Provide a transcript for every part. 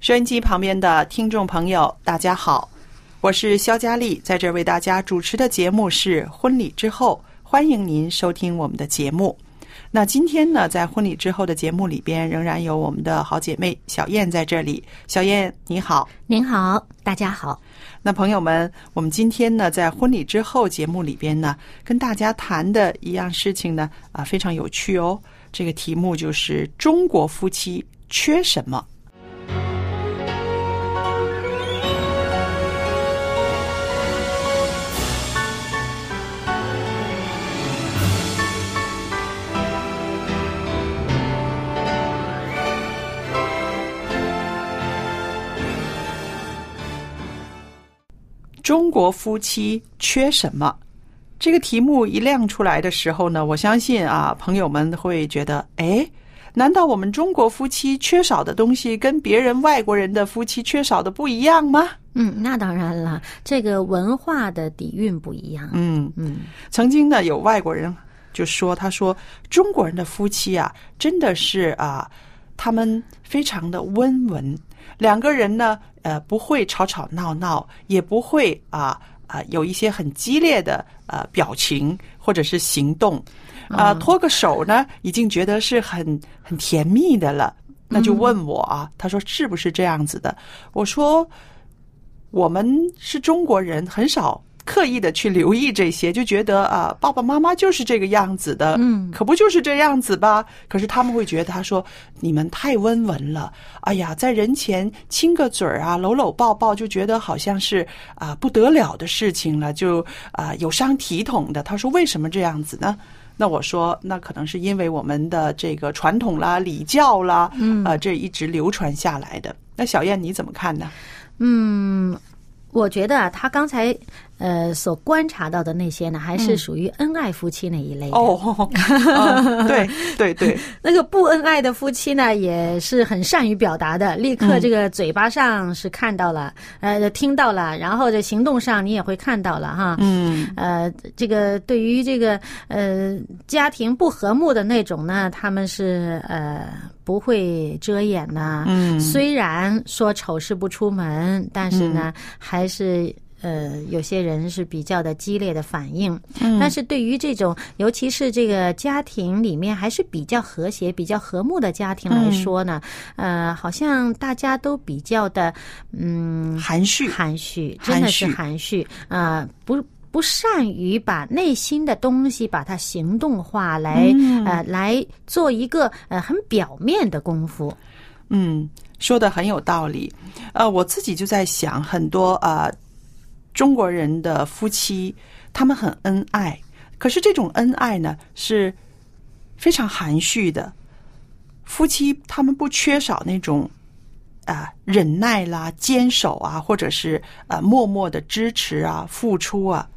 收音机旁边的听众朋友，大家好，我是肖佳丽，在这儿为大家主持的节目是《婚礼之后》，欢迎您收听我们的节目。那今天呢，在婚礼之后的节目里边，仍然有我们的好姐妹小燕在这里。小燕，你好。您好，大家好。那朋友们，我们今天呢，在婚礼之后节目里边呢，跟大家谈的一样事情呢，啊，非常有趣哦。这个题目就是中国夫妻缺什么？中国夫妻缺什么？这个题目一亮出来的时候呢，我相信啊，朋友们会觉得，哎，难道我们中国夫妻缺少的东西跟别人外国人的夫妻缺少的不一样吗？嗯，那当然了，这个文化的底蕴不一样。嗯，嗯，曾经呢，有外国人就说，他说中国人的夫妻啊，真的是啊，他们非常的温文，两个人呢，呃，不会吵吵闹闹，也不会啊啊有一些很激烈的呃表情或者是行动，啊，拖个手呢，已经觉得是很很甜蜜的了。那就问我啊，他说是不是这样子的？我说我们是中国人，很少刻意的去留意这些，就觉得啊，爸爸妈妈就是这个样子的，嗯可不就是这样子吧？可是他们会觉得，他说你们太温文了，哎呀，在人前亲个嘴儿啊，搂搂抱抱，就觉得好像是啊不得了的事情了，就啊有伤体统的。他说为什么这样子呢？那我说，那可能是因为我们的这个传统啦、礼教啦，嗯，啊，这一直流传下来的。那小燕你怎么看呢？我觉得啊，他刚才呃所观察到的那些呢，还是属于恩爱夫妻那一类的。嗯哦， 啊对对对，那个不恩爱的夫妻呢，也是很善于表达的，立嗯刻这个嘴巴上是看到了，呃，听到了，然后这行动上你也会看到了哈。嗯，呃，这个对于这个呃家庭不和睦的那种呢，他们是呃不会遮掩呐。嗯虽然说丑事不出门，但是呢，嗯还是。呃，有些人是比较的激烈的反应，但是对于这种，尤其是这个家庭里面还是比较和谐、比较和睦的家庭来说呢，呃，好像大家都比较的，嗯，含蓄，含蓄，含真的是蓄含蓄啊、呃不。不善于把内心的东西把它行动化来，呃，来做一个呃很表面的功夫。嗯，说的很有道理。呃，我自己就在想，很多啊、呃中国人的夫妻，他们很恩爱，可是这种恩爱呢是非常含蓄的。夫妻他们不缺少那种啊、忍耐啦、坚守啊，或者是呃默默的支持啊、付出啊，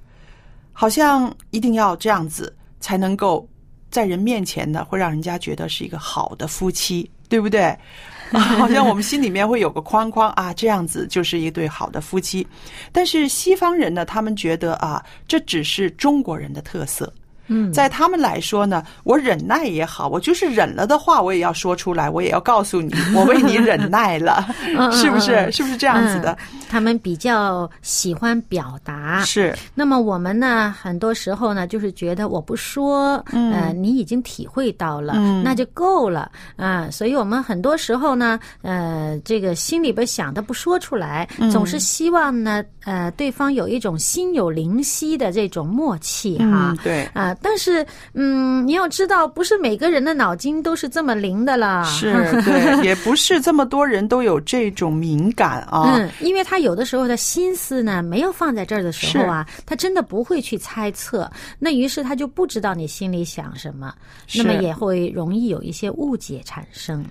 好像一定要这样子才能够在人面前呢，会让人家觉得是一个好的夫妻，对不对？ 好像我们心里面会有个框框啊，这样子就是一对好的夫妻。但是西方人呢，他们觉得啊，这只是中国人的特色。嗯，在他们来说呢，我忍耐也好，我就是忍了的话，我也要说出来，我也要告诉你，我为你忍耐了，是不是？是不是这样子的？嗯他们比较喜欢表达，是，那么我们呢，很多时候呢，就是觉得我不说，嗯呃，你已经体会到了，那就够了啊、所以我们很多时候呢，呃，这个心里边想的不说出来，嗯总是希望呢，呃，对方有一种心有灵犀的这种默契哈。嗯，对，啊、但是，嗯，你要知道，不是每个人的脑筋都是这么灵的啦。是，对，也不是这么多人都有这种敏感啊。嗯，因为他有的时候的心思呢没有放在这儿的时候啊，他真的不会去猜测，那于是他就不知道你心里想什么，是那么也会容易有一些误解产生。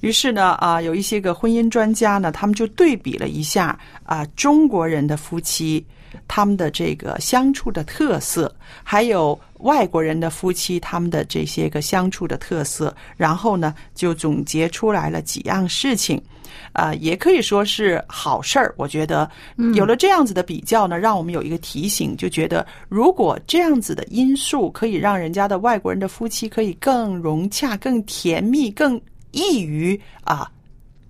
于是呢，啊，有一些个婚姻专家呢，他们就对比了一下啊，中国人的夫妻他们的这个相处的特色，还有外国人的夫妻他们的这些个相处的特色，然后呢，就总结出来了几样事情。啊，也可以说是好事儿。我觉得有了这样子的比较呢，让我们有一个提醒，就觉得如果这样子的因素可以让人家的外国人的夫妻可以更融洽、更甜蜜、更易于啊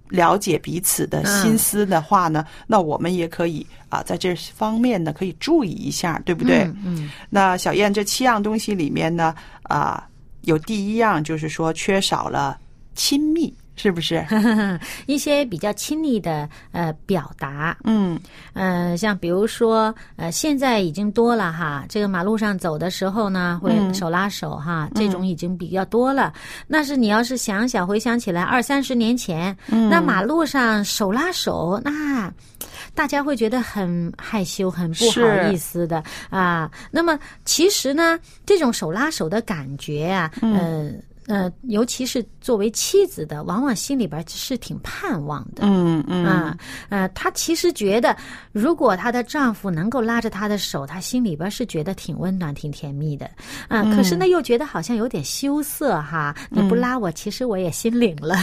了解彼此的心思的话呢，那我们也可以啊在这方面呢可以注意一下，对不对？嗯嗯那小燕这七样东西里面呢，啊，有第一样就是说缺少了亲密，是不是？一些比较亲密的呃表达，嗯，嗯，像比如说，呃，现在已经多了哈，这个马路上走的时候呢，会手拉手哈，这种已经比较多了。但是你要是想想回想起来，二三十年前，那马路上手拉手，那大家会觉得很害羞、很不好是意思的啊。那么其实呢，这种手拉手的感觉啊，嗯、呃。尤其是作为妻子的，往往心里边是挺盼望的。嗯嗯啊，呃，她其实觉得，如果她的丈夫能够拉着她的手，她心里边是觉得挺温暖、挺甜蜜的，啊，可是呢，嗯又觉得好像有点羞涩哈。你不拉我，其实我也心领了。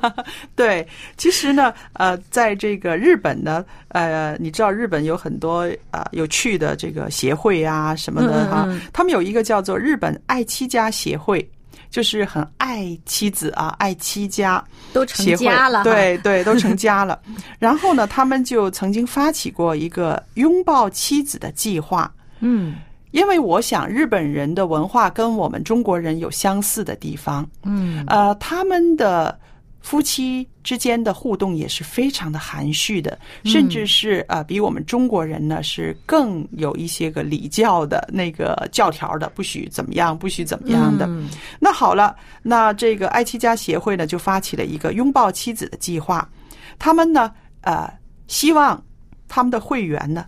对，其实呢，呃，在这个日本呢，呃，你知道日本有很多呃有趣的这个协会啊什嗯么的哈、他们有一个叫做日本爱妻家协会，就是很爱妻子啊，爱妻家都协成会，家了哈，对对，都成家 了。然后呢，他们就曾经发起过一个拥抱妻子的计划，嗯因为我想日本人的文化跟我们中国人有相似的地方，嗯呃，他们的夫妻之间的互动也是非常的含蓄的，甚至是嗯呃，比我们中国人呢是更有一些个礼教的那个教条的，不许怎么样，不许怎么样的。嗯那好了，那这个爱妻家协会呢就发起了一个拥抱妻子的计划，他们呢呃希望他们的会员呢。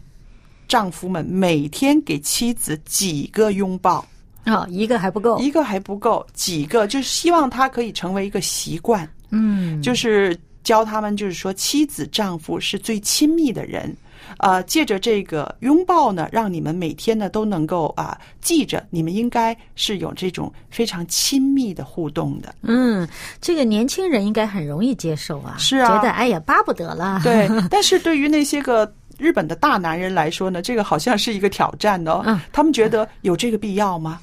丈夫们每天给妻子几个拥抱，哦，一个还不够，一个还不够，几个就是希望他可以成为一个习惯，嗯，就是教他们，就是说妻子丈夫是最亲密的人，呃，借着这个拥抱呢，让你们每天呢都能够啊、记着，你们应该是有这种非常亲密的互动的。嗯，这个年轻人应该很容易接受啊，是啊觉得哎呀巴不得了， 对，但是对于那些个。日本的大男人来说呢，这个好像是一个挑战哦。嗯他们觉得有这个必要吗？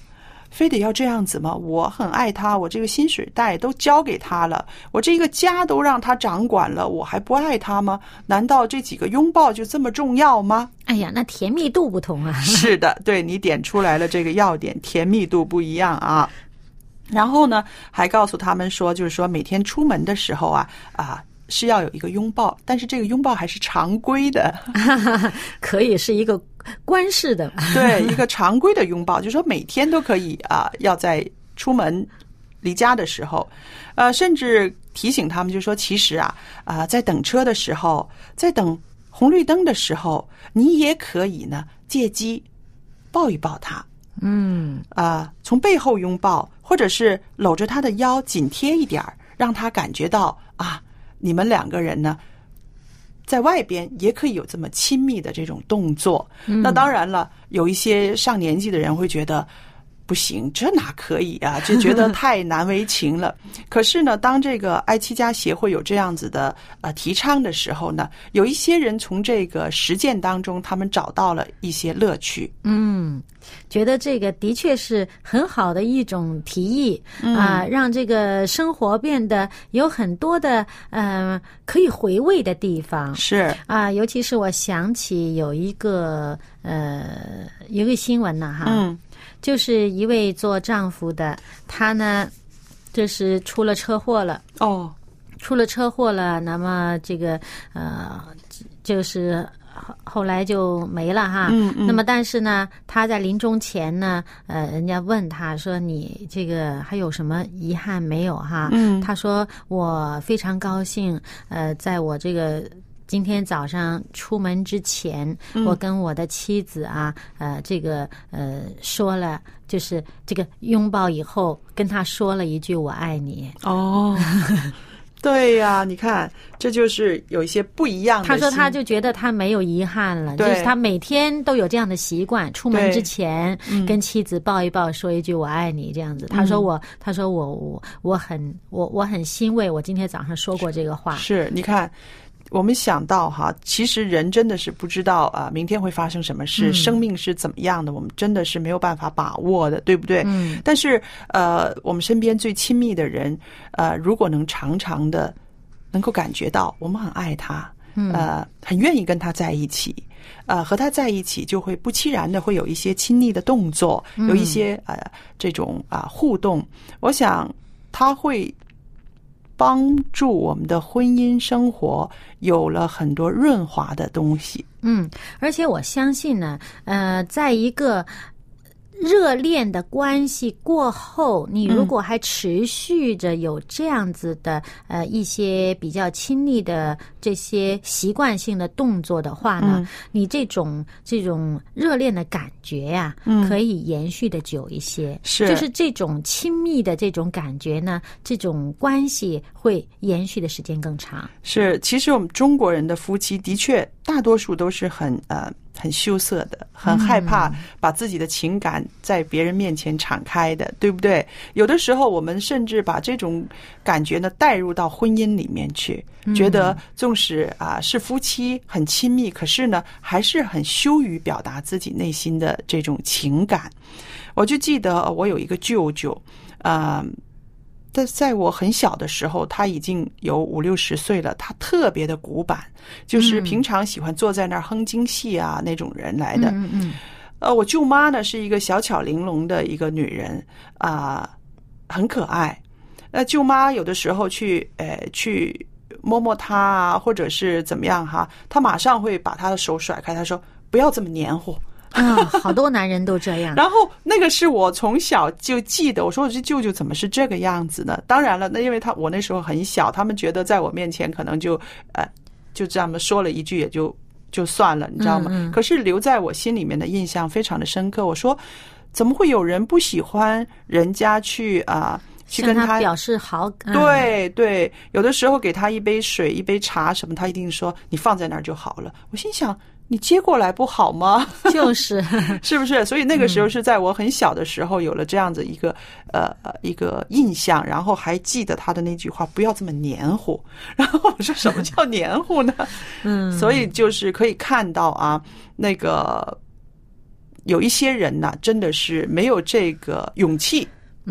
非得要这样子吗？我很爱他，我这个薪水袋都交给他了，我这个家都让他掌管了，我还不爱他吗？难道这几个拥抱就这么重要吗？ 哎呀，那甜蜜度不同 啊，是的，对你点出来了这个要点，甜蜜度不一样啊。然后呢，还告诉他们说，就是说每天出门的时候啊啊是要有一个拥抱，但是这个拥抱还是常规的，可以是一个官式的，对，一个常规的拥抱，就是说每天都可以啊、要在出门离家的时候，呃，甚至提醒他们，就说其实啊啊、在等车的时候，在等红绿灯的时候，你也可以呢借机抱一抱他嗯。啊、从背后拥抱，或者是搂着他的腰紧贴一点儿，让他感觉到啊，你们两个人呢。在外边也可以有这么亲密的这种动作，那当然了，有一些上年纪的人会觉得，不行，这哪可以啊？就觉得太难为情了。可是呢，当这个爱妻家协会有这样子的呃提倡的时候呢，有一些人从这个实践当中，他们找到了一些乐趣。嗯，觉得这个的确是很好的一种提议啊、让这个生活变得有很多的呃可以回味的地方。是，啊，尤其是我想起有一个呃一个新闻呢，哈，嗯就是一位做丈夫的，他呢就是出了车祸了，哦，出了车祸了，那么这个呃就是后后来就没了哈。嗯嗯那么，但是呢，他在临终前呢，呃，人家问他说：“你这个还有什么遗憾没有？”哈，嗯他说：“我非常高兴，呃，在我这个今天早上出门之前，嗯我跟我的妻子啊，呃，这个呃说了，就是这个拥抱以后，跟他说了一句‘我爱你哦，对呀、你看，这就是有一些不一样’。的他心。说他就觉得他没有遗憾了，就对是他每天都有这样的习惯，出门之前嗯跟妻子抱一抱，说一句‘我爱你’这样子。他说我，他说我我我很我我很欣慰，我今天早上说过这个话。是，你看，我们想到哈，其实人真的是不知道啊、明天会发生什么事，嗯生命是怎么样的，我们真的是没有办法把握的，对不对？嗯。但是呃，我们身边最亲密的人，呃，如果能常常的能够感觉到我们很爱他，呃，很愿意跟他在一起。呃，和他在一起就会不期然的会有一些亲昵的动作，有一些呃这种啊、互动。我想他会帮助我们的婚姻生活有了很多润滑的东西。嗯，而且我相信呢，呃，在一个热恋的关系过后，你如果还持续着有这样子的、呃一些比较亲密的这些习惯性的动作的话呢，你这种这种热恋的感觉呀、可以延续的久一些。是就是这种亲密的这种感觉呢，这种关系会延续的时间更长。是，其实我们中国人的夫妻的确大多数都是很呃很羞涩的，很害怕把自己的情感在别人面前敞开的，对不对？有的时候我们甚至把这种感觉呢带入到婚姻里面去，觉得纵使啊、是夫妻很亲密，可是呢还是很羞于表达自己内心的这种情感。我就记得呃我有一个舅舅，啊、但在我很小的时候，他已经有五六十岁了，他特别的古板，就是平常喜欢坐在那儿哼京戏啊那种人来的。嗯嗯呃，我舅妈呢是一个小巧玲珑的一个女人啊、很可爱。那舅妈有的时候去呃去摸摸她啊，或者是怎么样哈，她马上会把她的手甩开，她说不要这么黏糊。啊，好多男人都这样。然后那个是我从小就记得，我说我这舅舅怎么是这个样子呢？当然了，那因为他我那时候很小，他们觉得在我面前可能就呃就这么说了一句也就就算了，你知道吗？嗯嗯可是留在我心里面的印象非常的深刻。我说怎么会有人不喜欢人家去啊、去向跟他他表示好感。，对对，有的时候给他一杯水、一杯茶什么，他一定说你放在那儿就好了。我心想，你接过来不好吗？ 就是，是不是？所以那个时候是在我很小的时候有了这样子一个、呃呃一个印象，然后还记得他的那句话“不要这么黏糊”。 然后我说什么叫黏糊呢？嗯，所以就是可以看到啊，那个有一些人呐、真的是没有这个勇气，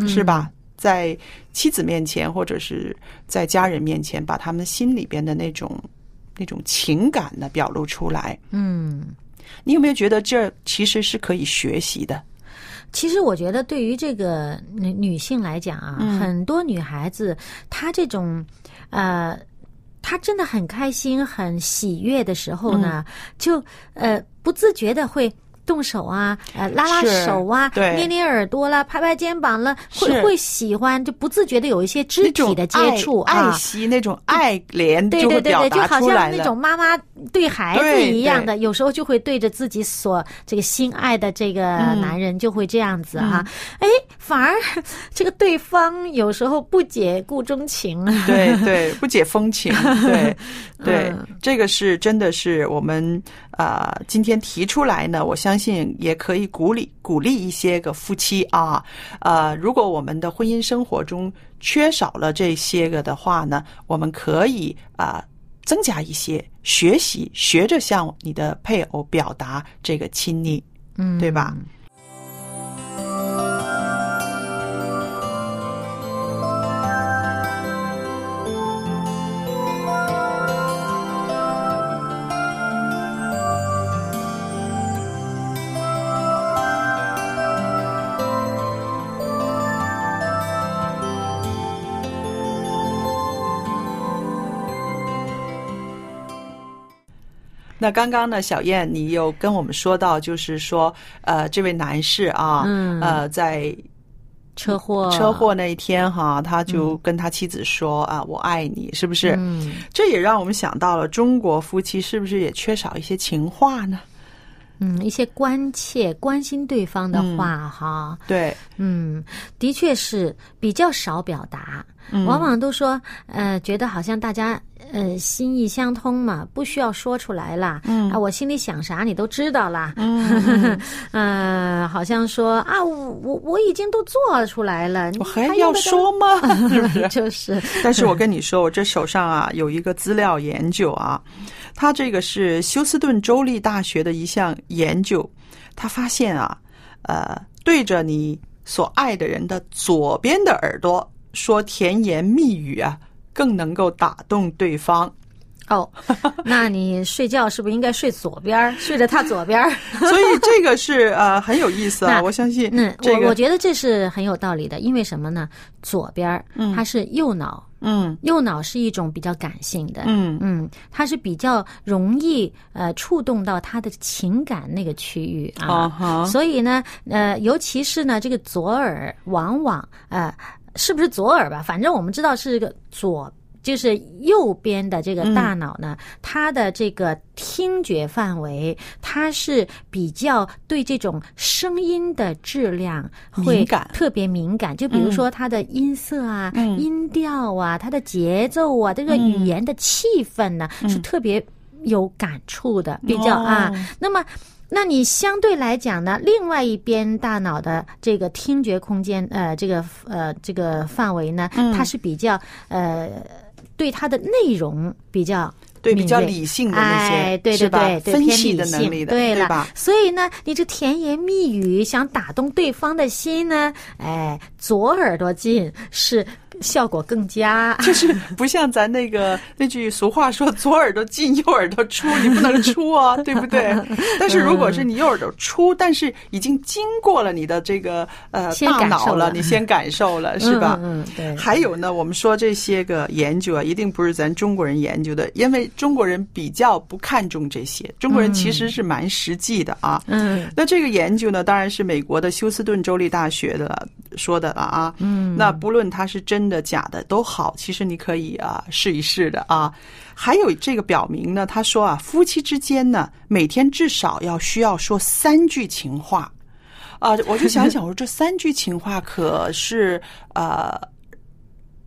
是吧？在妻子面前或者是在家人面前，把他们心里边的那种那种情感呢表露出来。嗯，你有没有觉得这其实是可以学习的？其实我觉得对于这个女女性来讲啊，嗯很多女孩子她这种，呃，她真的很开心、很喜悦的时候呢，嗯就呃不自觉的会。动手啊，呃，拉拉是手啊，对捏捏耳朵啦，拍拍肩膀了，会是会喜欢，就不自觉的有一些肢那体种的接爱触啊，爱惜那种爱怜对就对会对表对，就达好出来像那了种。妈妈对孩子对一样的，有时候就会对着自己所这个心爱的这个嗯男人就会这样子哈、哎、反而这个对方有时候不解故中情啊。 对对，不解风情。对，对，嗯这个是真的是我们啊、呃今天提出来呢，我相信也可以鼓励鼓励一些个夫妻啊，呃，如果我们的婚姻生活中缺少了这些个的话呢，我们可以啊、呃增加一些学习，学着向你的配偶表达这个亲昵，嗯，对吧？那刚刚呢，小燕，你有跟我们说到，就是说，呃，这位男士啊，嗯呃，在车祸，车，祸那一天哈，他就跟他妻子说、啊，我爱你，是不是？嗯这也让我们想到了中国夫妻是不是也缺少一些情话呢？嗯，一些关切、关心对方的嗯话，哈，对，嗯，的确是比较少表达，嗯往往都说，呃，觉得好像大家呃心意相通嘛，不需要说出来啦。嗯啊，我心里想啥你都知道啦。嗯， 呃，好像说啊，我我我已经都做出来了，你我还用要得着？说吗？是不是 就是 但是我跟你说，我这手上啊有一个资料研究啊，它这个是休斯顿州立大学的一项研究，他发现啊，呃，对着你所爱的人的左边的耳朵说甜言蜜语啊，更能够打动对方。哦，那你睡觉是不是应该睡左边 儿，睡着他左边儿？所以这个是呃很有意思啊，那我相信那这嗯我我个觉得这是很有道理的，因为什么呢？左边儿它是右脑，嗯右脑是一种比较感性的，嗯嗯，它是比较容易呃触动到他的情感那个区域啊啊，哈所以呢，呃，尤其是呢这个左耳，往往呃是不是左耳吧？反正我们知道是个左。就是右边的这个大脑呢，嗯它的这个听觉范围，它是比较对这种声音的质量会敏感特别敏感。就比如说它的音色啊、音调啊、它的节奏啊、这个语言的气氛呢，是特别有感触的，比较啊。那么。那你相对来讲呢，另外一边大脑的这个听觉空间，呃，这个呃这个范围呢，它是比较呃对它的内容比较对敏比较锐理性的那些，哎、对是对吧对，对分偏析理的能性力的，对了吧？所以呢，你这甜言蜜语想打动对方的心呢，哎，左耳朵进是效果更佳。就是不像咱 那个那句俗话说“左耳朵进，右耳朵出”，你不能出 啊，对不对？但是如果是你右耳朵出，但是已经经过了你的这个呃先大感受脑了，了你先感受了，是吧？嗯，嗯对。还有呢，我们说这些个研究啊，一定不是咱中国人研究的，因为中国人比较不看重这些。中国人其实是蛮实际的啊。嗯，那这个研究呢，当然是美国的休斯顿州立大学的呃说的了啊。嗯，那不论它是真的假的都好，其实你可以啊试一试的啊。还有这个表明呢，他说啊，夫妻之间呢，每天至少要需要说三句情话。啊、我就想想，我说这三句情话可是呃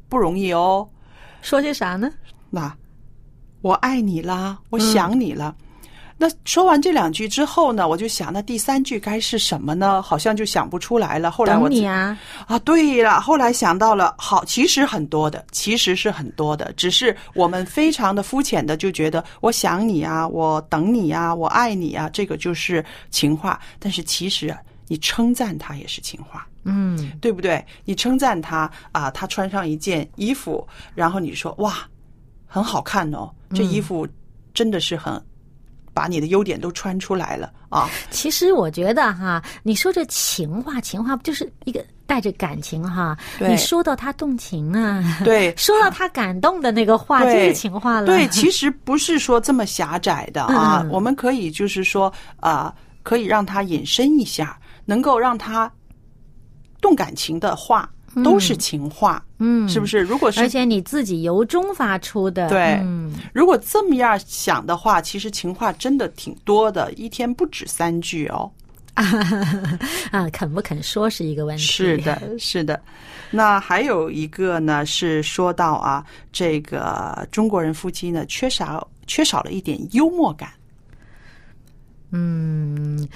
不容易哦。说些啥呢？那我爱你啦，嗯我想你了。那说完这两句之后呢，我就想，那第三句该是什么呢？好像就想不出来了。后来我等自你啊，啊，对了，后来想到了，好，其实很多的，其实是很多的，只是我们非常的肤浅的就觉得，我想你啊，我等你啊，我爱你啊，这个就是情话。但是其实啊，你称赞他也是情话。嗯，对不对？你称赞他啊，他穿上一件衣服，然后你说哇，很好看哦，这衣服真的是很、把你的优点都穿出来了啊。其实我觉得哈，你说这情话，情话不就是一个带着感情哈？对你说到他动情啊，对说到他感动的那个话，就对是情话了。对，其实不是说这么狭窄的啊，嗯我们可以就是说啊、可以让他引申一下，能够让他动感情的话，都是情话，嗯，是不是？如果是而且你自己由衷发出的，对嗯如果这么样想的话，其实情话真的挺多的，一天不止三句哦。啊，肯不肯说是一个问题。是，的，是的。那还有一个呢，是说到啊，这个中国人夫妻呢，缺少缺少了一点幽默感。嗯，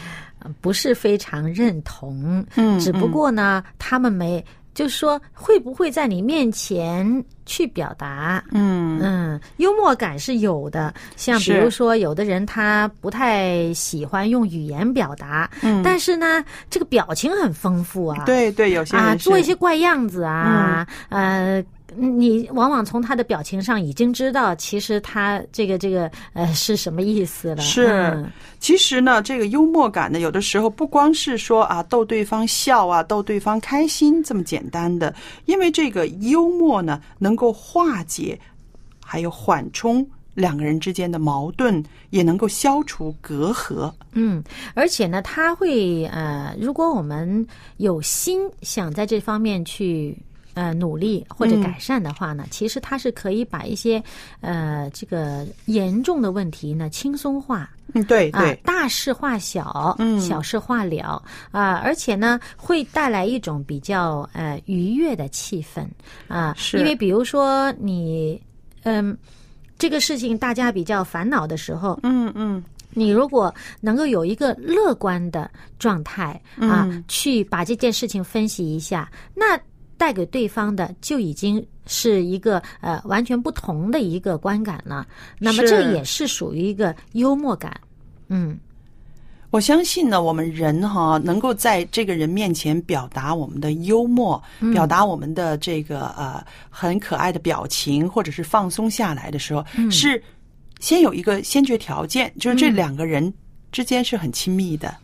不是非常认同，嗯只不过呢，他们没，就是说会不会在你面前去表达，嗯嗯，幽默感是有的，像比是如说，有的人他不太喜欢用语言表达，嗯，但是呢，这个表情很丰富啊，对对，有些人啊，是嗯做一些怪样子啊，呃。你往往从他的表情上已经知道，其实他这个这个呃是什么意思了。是嗯其实呢，这个幽默感呢，有的时候不光是说啊逗对方笑啊、逗对方开心这么简单的，因为这个幽默呢，能够化解还有缓冲两个人之间的矛盾，也能够消除隔阂。嗯，而且呢，他会呃，如果我们有心想在这方面去呃努力或嗯者改善的话呢，其实它是可以把一些呃这个严重的问题呢轻松化嗯，对啊、对，大事化小，嗯小事化了啊、而且呢会带来一种比较呃愉悦的气氛啊、是因为比如说你嗯。这个事情大家比较烦恼的时候，嗯嗯，你如果能够有一个乐观的状态啊，嗯去把这件事情分析一下，那带给对方的就已经是一个呃完全不同的一个观感了。那么是这也是属于一个幽默感，嗯。我相信呢，我们人哈能够在这个人面前表达我们的幽默，嗯表达我们的这个呃很可爱的表情，或者是放松下来的时候，嗯是先有一个先决条件，就是这两个人之间是很亲密的。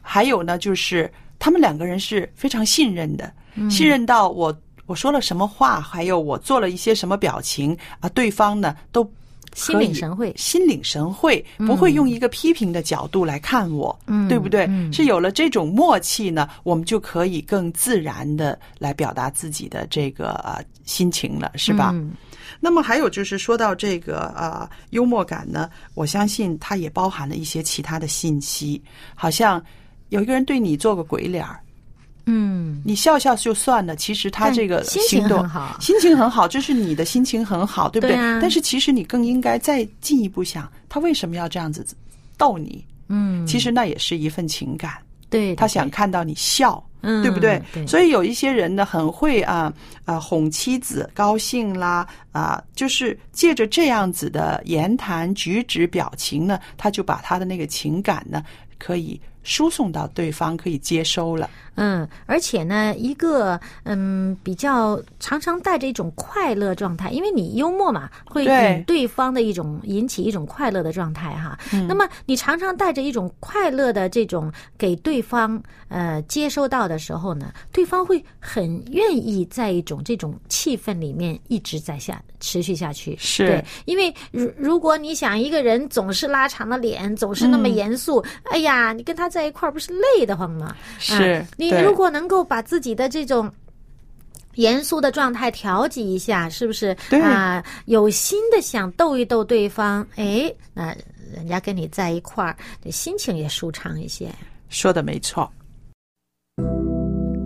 还有呢，就是他们两个人是非常信任的，嗯信任到我我说了什么话，还有我做了一些什么表情啊，对方呢都心领神会可以心领神会，不会用一个批评的角度来看我，嗯对不对？嗯是有了这种默契呢，我们就可以更自然的来表达自己的这个呃心情了，是吧？嗯那么还有就是说到这个呃幽默感呢，我相信它也包含了一些其他的信息，好像有一个人对你做个鬼脸儿，嗯你笑笑就算了，其实他但这个心情行动很好心情很好，这是你的心情很好，对不对？对啊但是其实你更应该再进一步想，他为什么要这样子逗你？嗯，其实那也是一份情感，对他想看到你笑。嗯对不对？对所以有一些人呢，很会啊啊哄妻子高兴啦啊，就是借着这样子的言谈举止、表情呢，他就把他的那个情感呢，可以输送到对方可以接收了。嗯，而且呢，一个嗯比较常常带着一种快乐状态，因为你幽默嘛，会对引对方的一种引起一种快乐的状态哈。嗯那么你常常带着一种快乐的这种给对方呃接收到的时候呢，对方会很愿意在一种这种气氛里面一直在下持续下去。是对，因为如如果你想一个人总是拉长了脸，总是那嗯么严肃，哎呀，你跟他在一块儿不是累得慌吗？是啊你对如果能够把自己的这种。严肃的状态调剂一下，是不是？对啊、有心的想逗一逗对方，哎，那人家跟你在一块儿，这心情也舒畅一些。说的没错。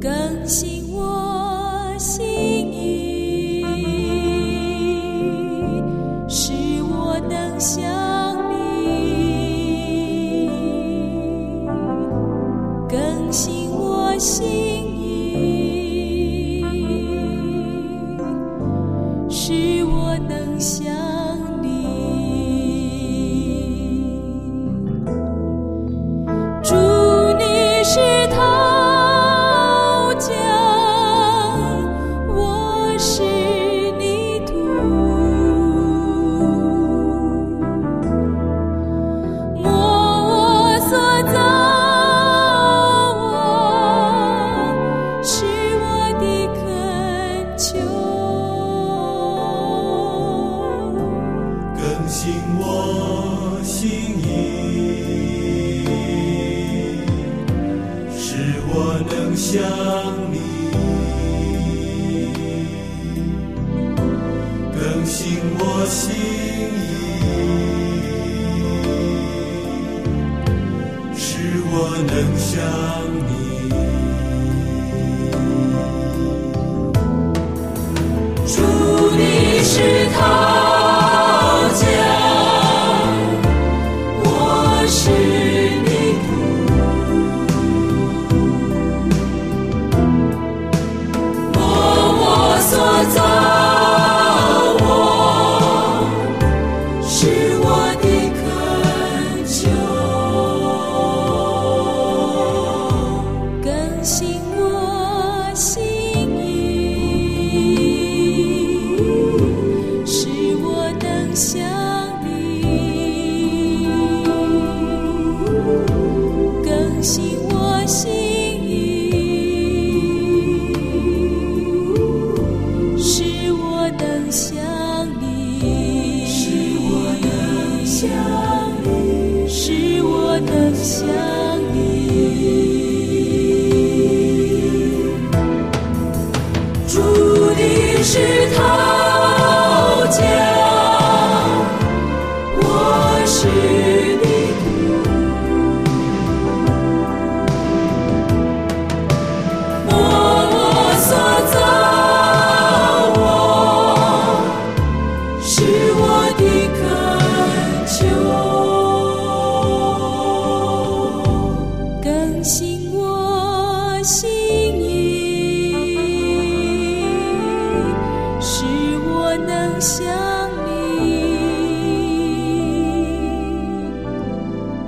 更新我心意，使我能想你；更新我心意，使我能想你。祝你是桃江，我是泥土。莫我所造啊，是我的恳求。更新我心意，使我能想你。更新我心意，使我能想想你。祝你是桃江，我是泥土。默我所造，我是我的恳求。更新我心意，使我能想你。更新我心意，使我能想你，使我能想你，使我能想你。主你是桃江，我是泥土。默我所造，我是我的恳求，更新我心意，使我能想你。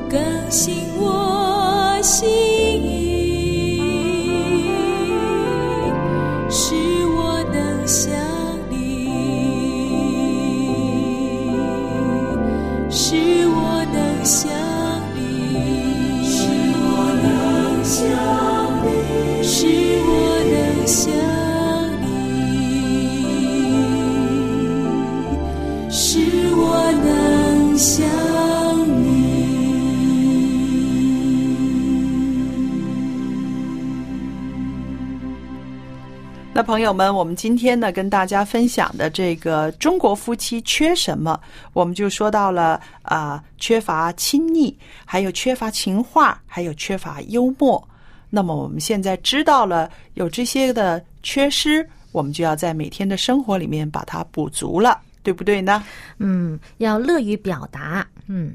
更新我心意，使我能想你，使我能想你，使我能想你，使我能想你。使我能想你。那朋友们，我们今天呢跟大家分享的这个中国夫妻缺什么，我们就说到了啊、缺乏亲昵，还有缺乏情话，还有缺乏幽默。那么我们现在知道了有这些的缺失，我们就要在每天的生活里面把它补足了，对不对呢？嗯，要乐于表达，嗯，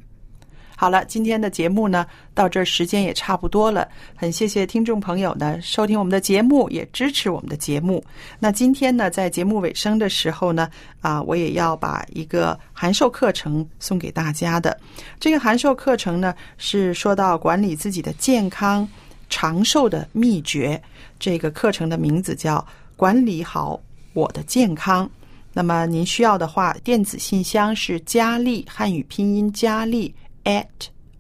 好了，今天的节目呢，到这儿时间也差不多了。很谢谢听众朋友呢收听我们的节目，也支持我们的节目。那今天呢，在节目尾声的时候呢，啊，我也要把一个函授课程送给大家的。这个函授课程呢，是说到管理自己的健康长寿的秘诀。这个课程的名字叫《管理好我的健康》。那么您需要的话，电子信箱是佳丽汉语拼音佳丽 at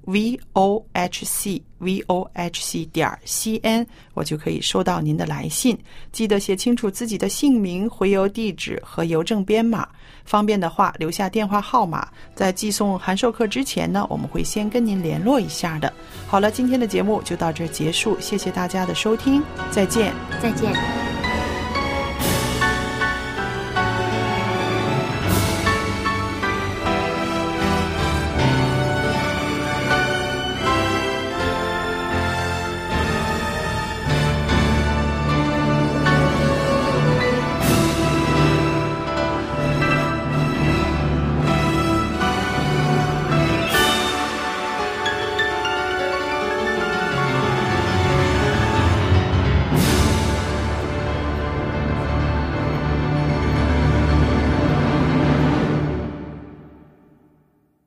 v o h c v o h c 点 c n，我就可以收到您的来信。记得写清楚自己的姓名、回邮地址和邮政编码。方便的话，留下电话号码。在寄送函授课之前呢，我们会先跟您联络一下的。好了，今天的节目就到这儿结束，谢谢大家的收听，再见。再见。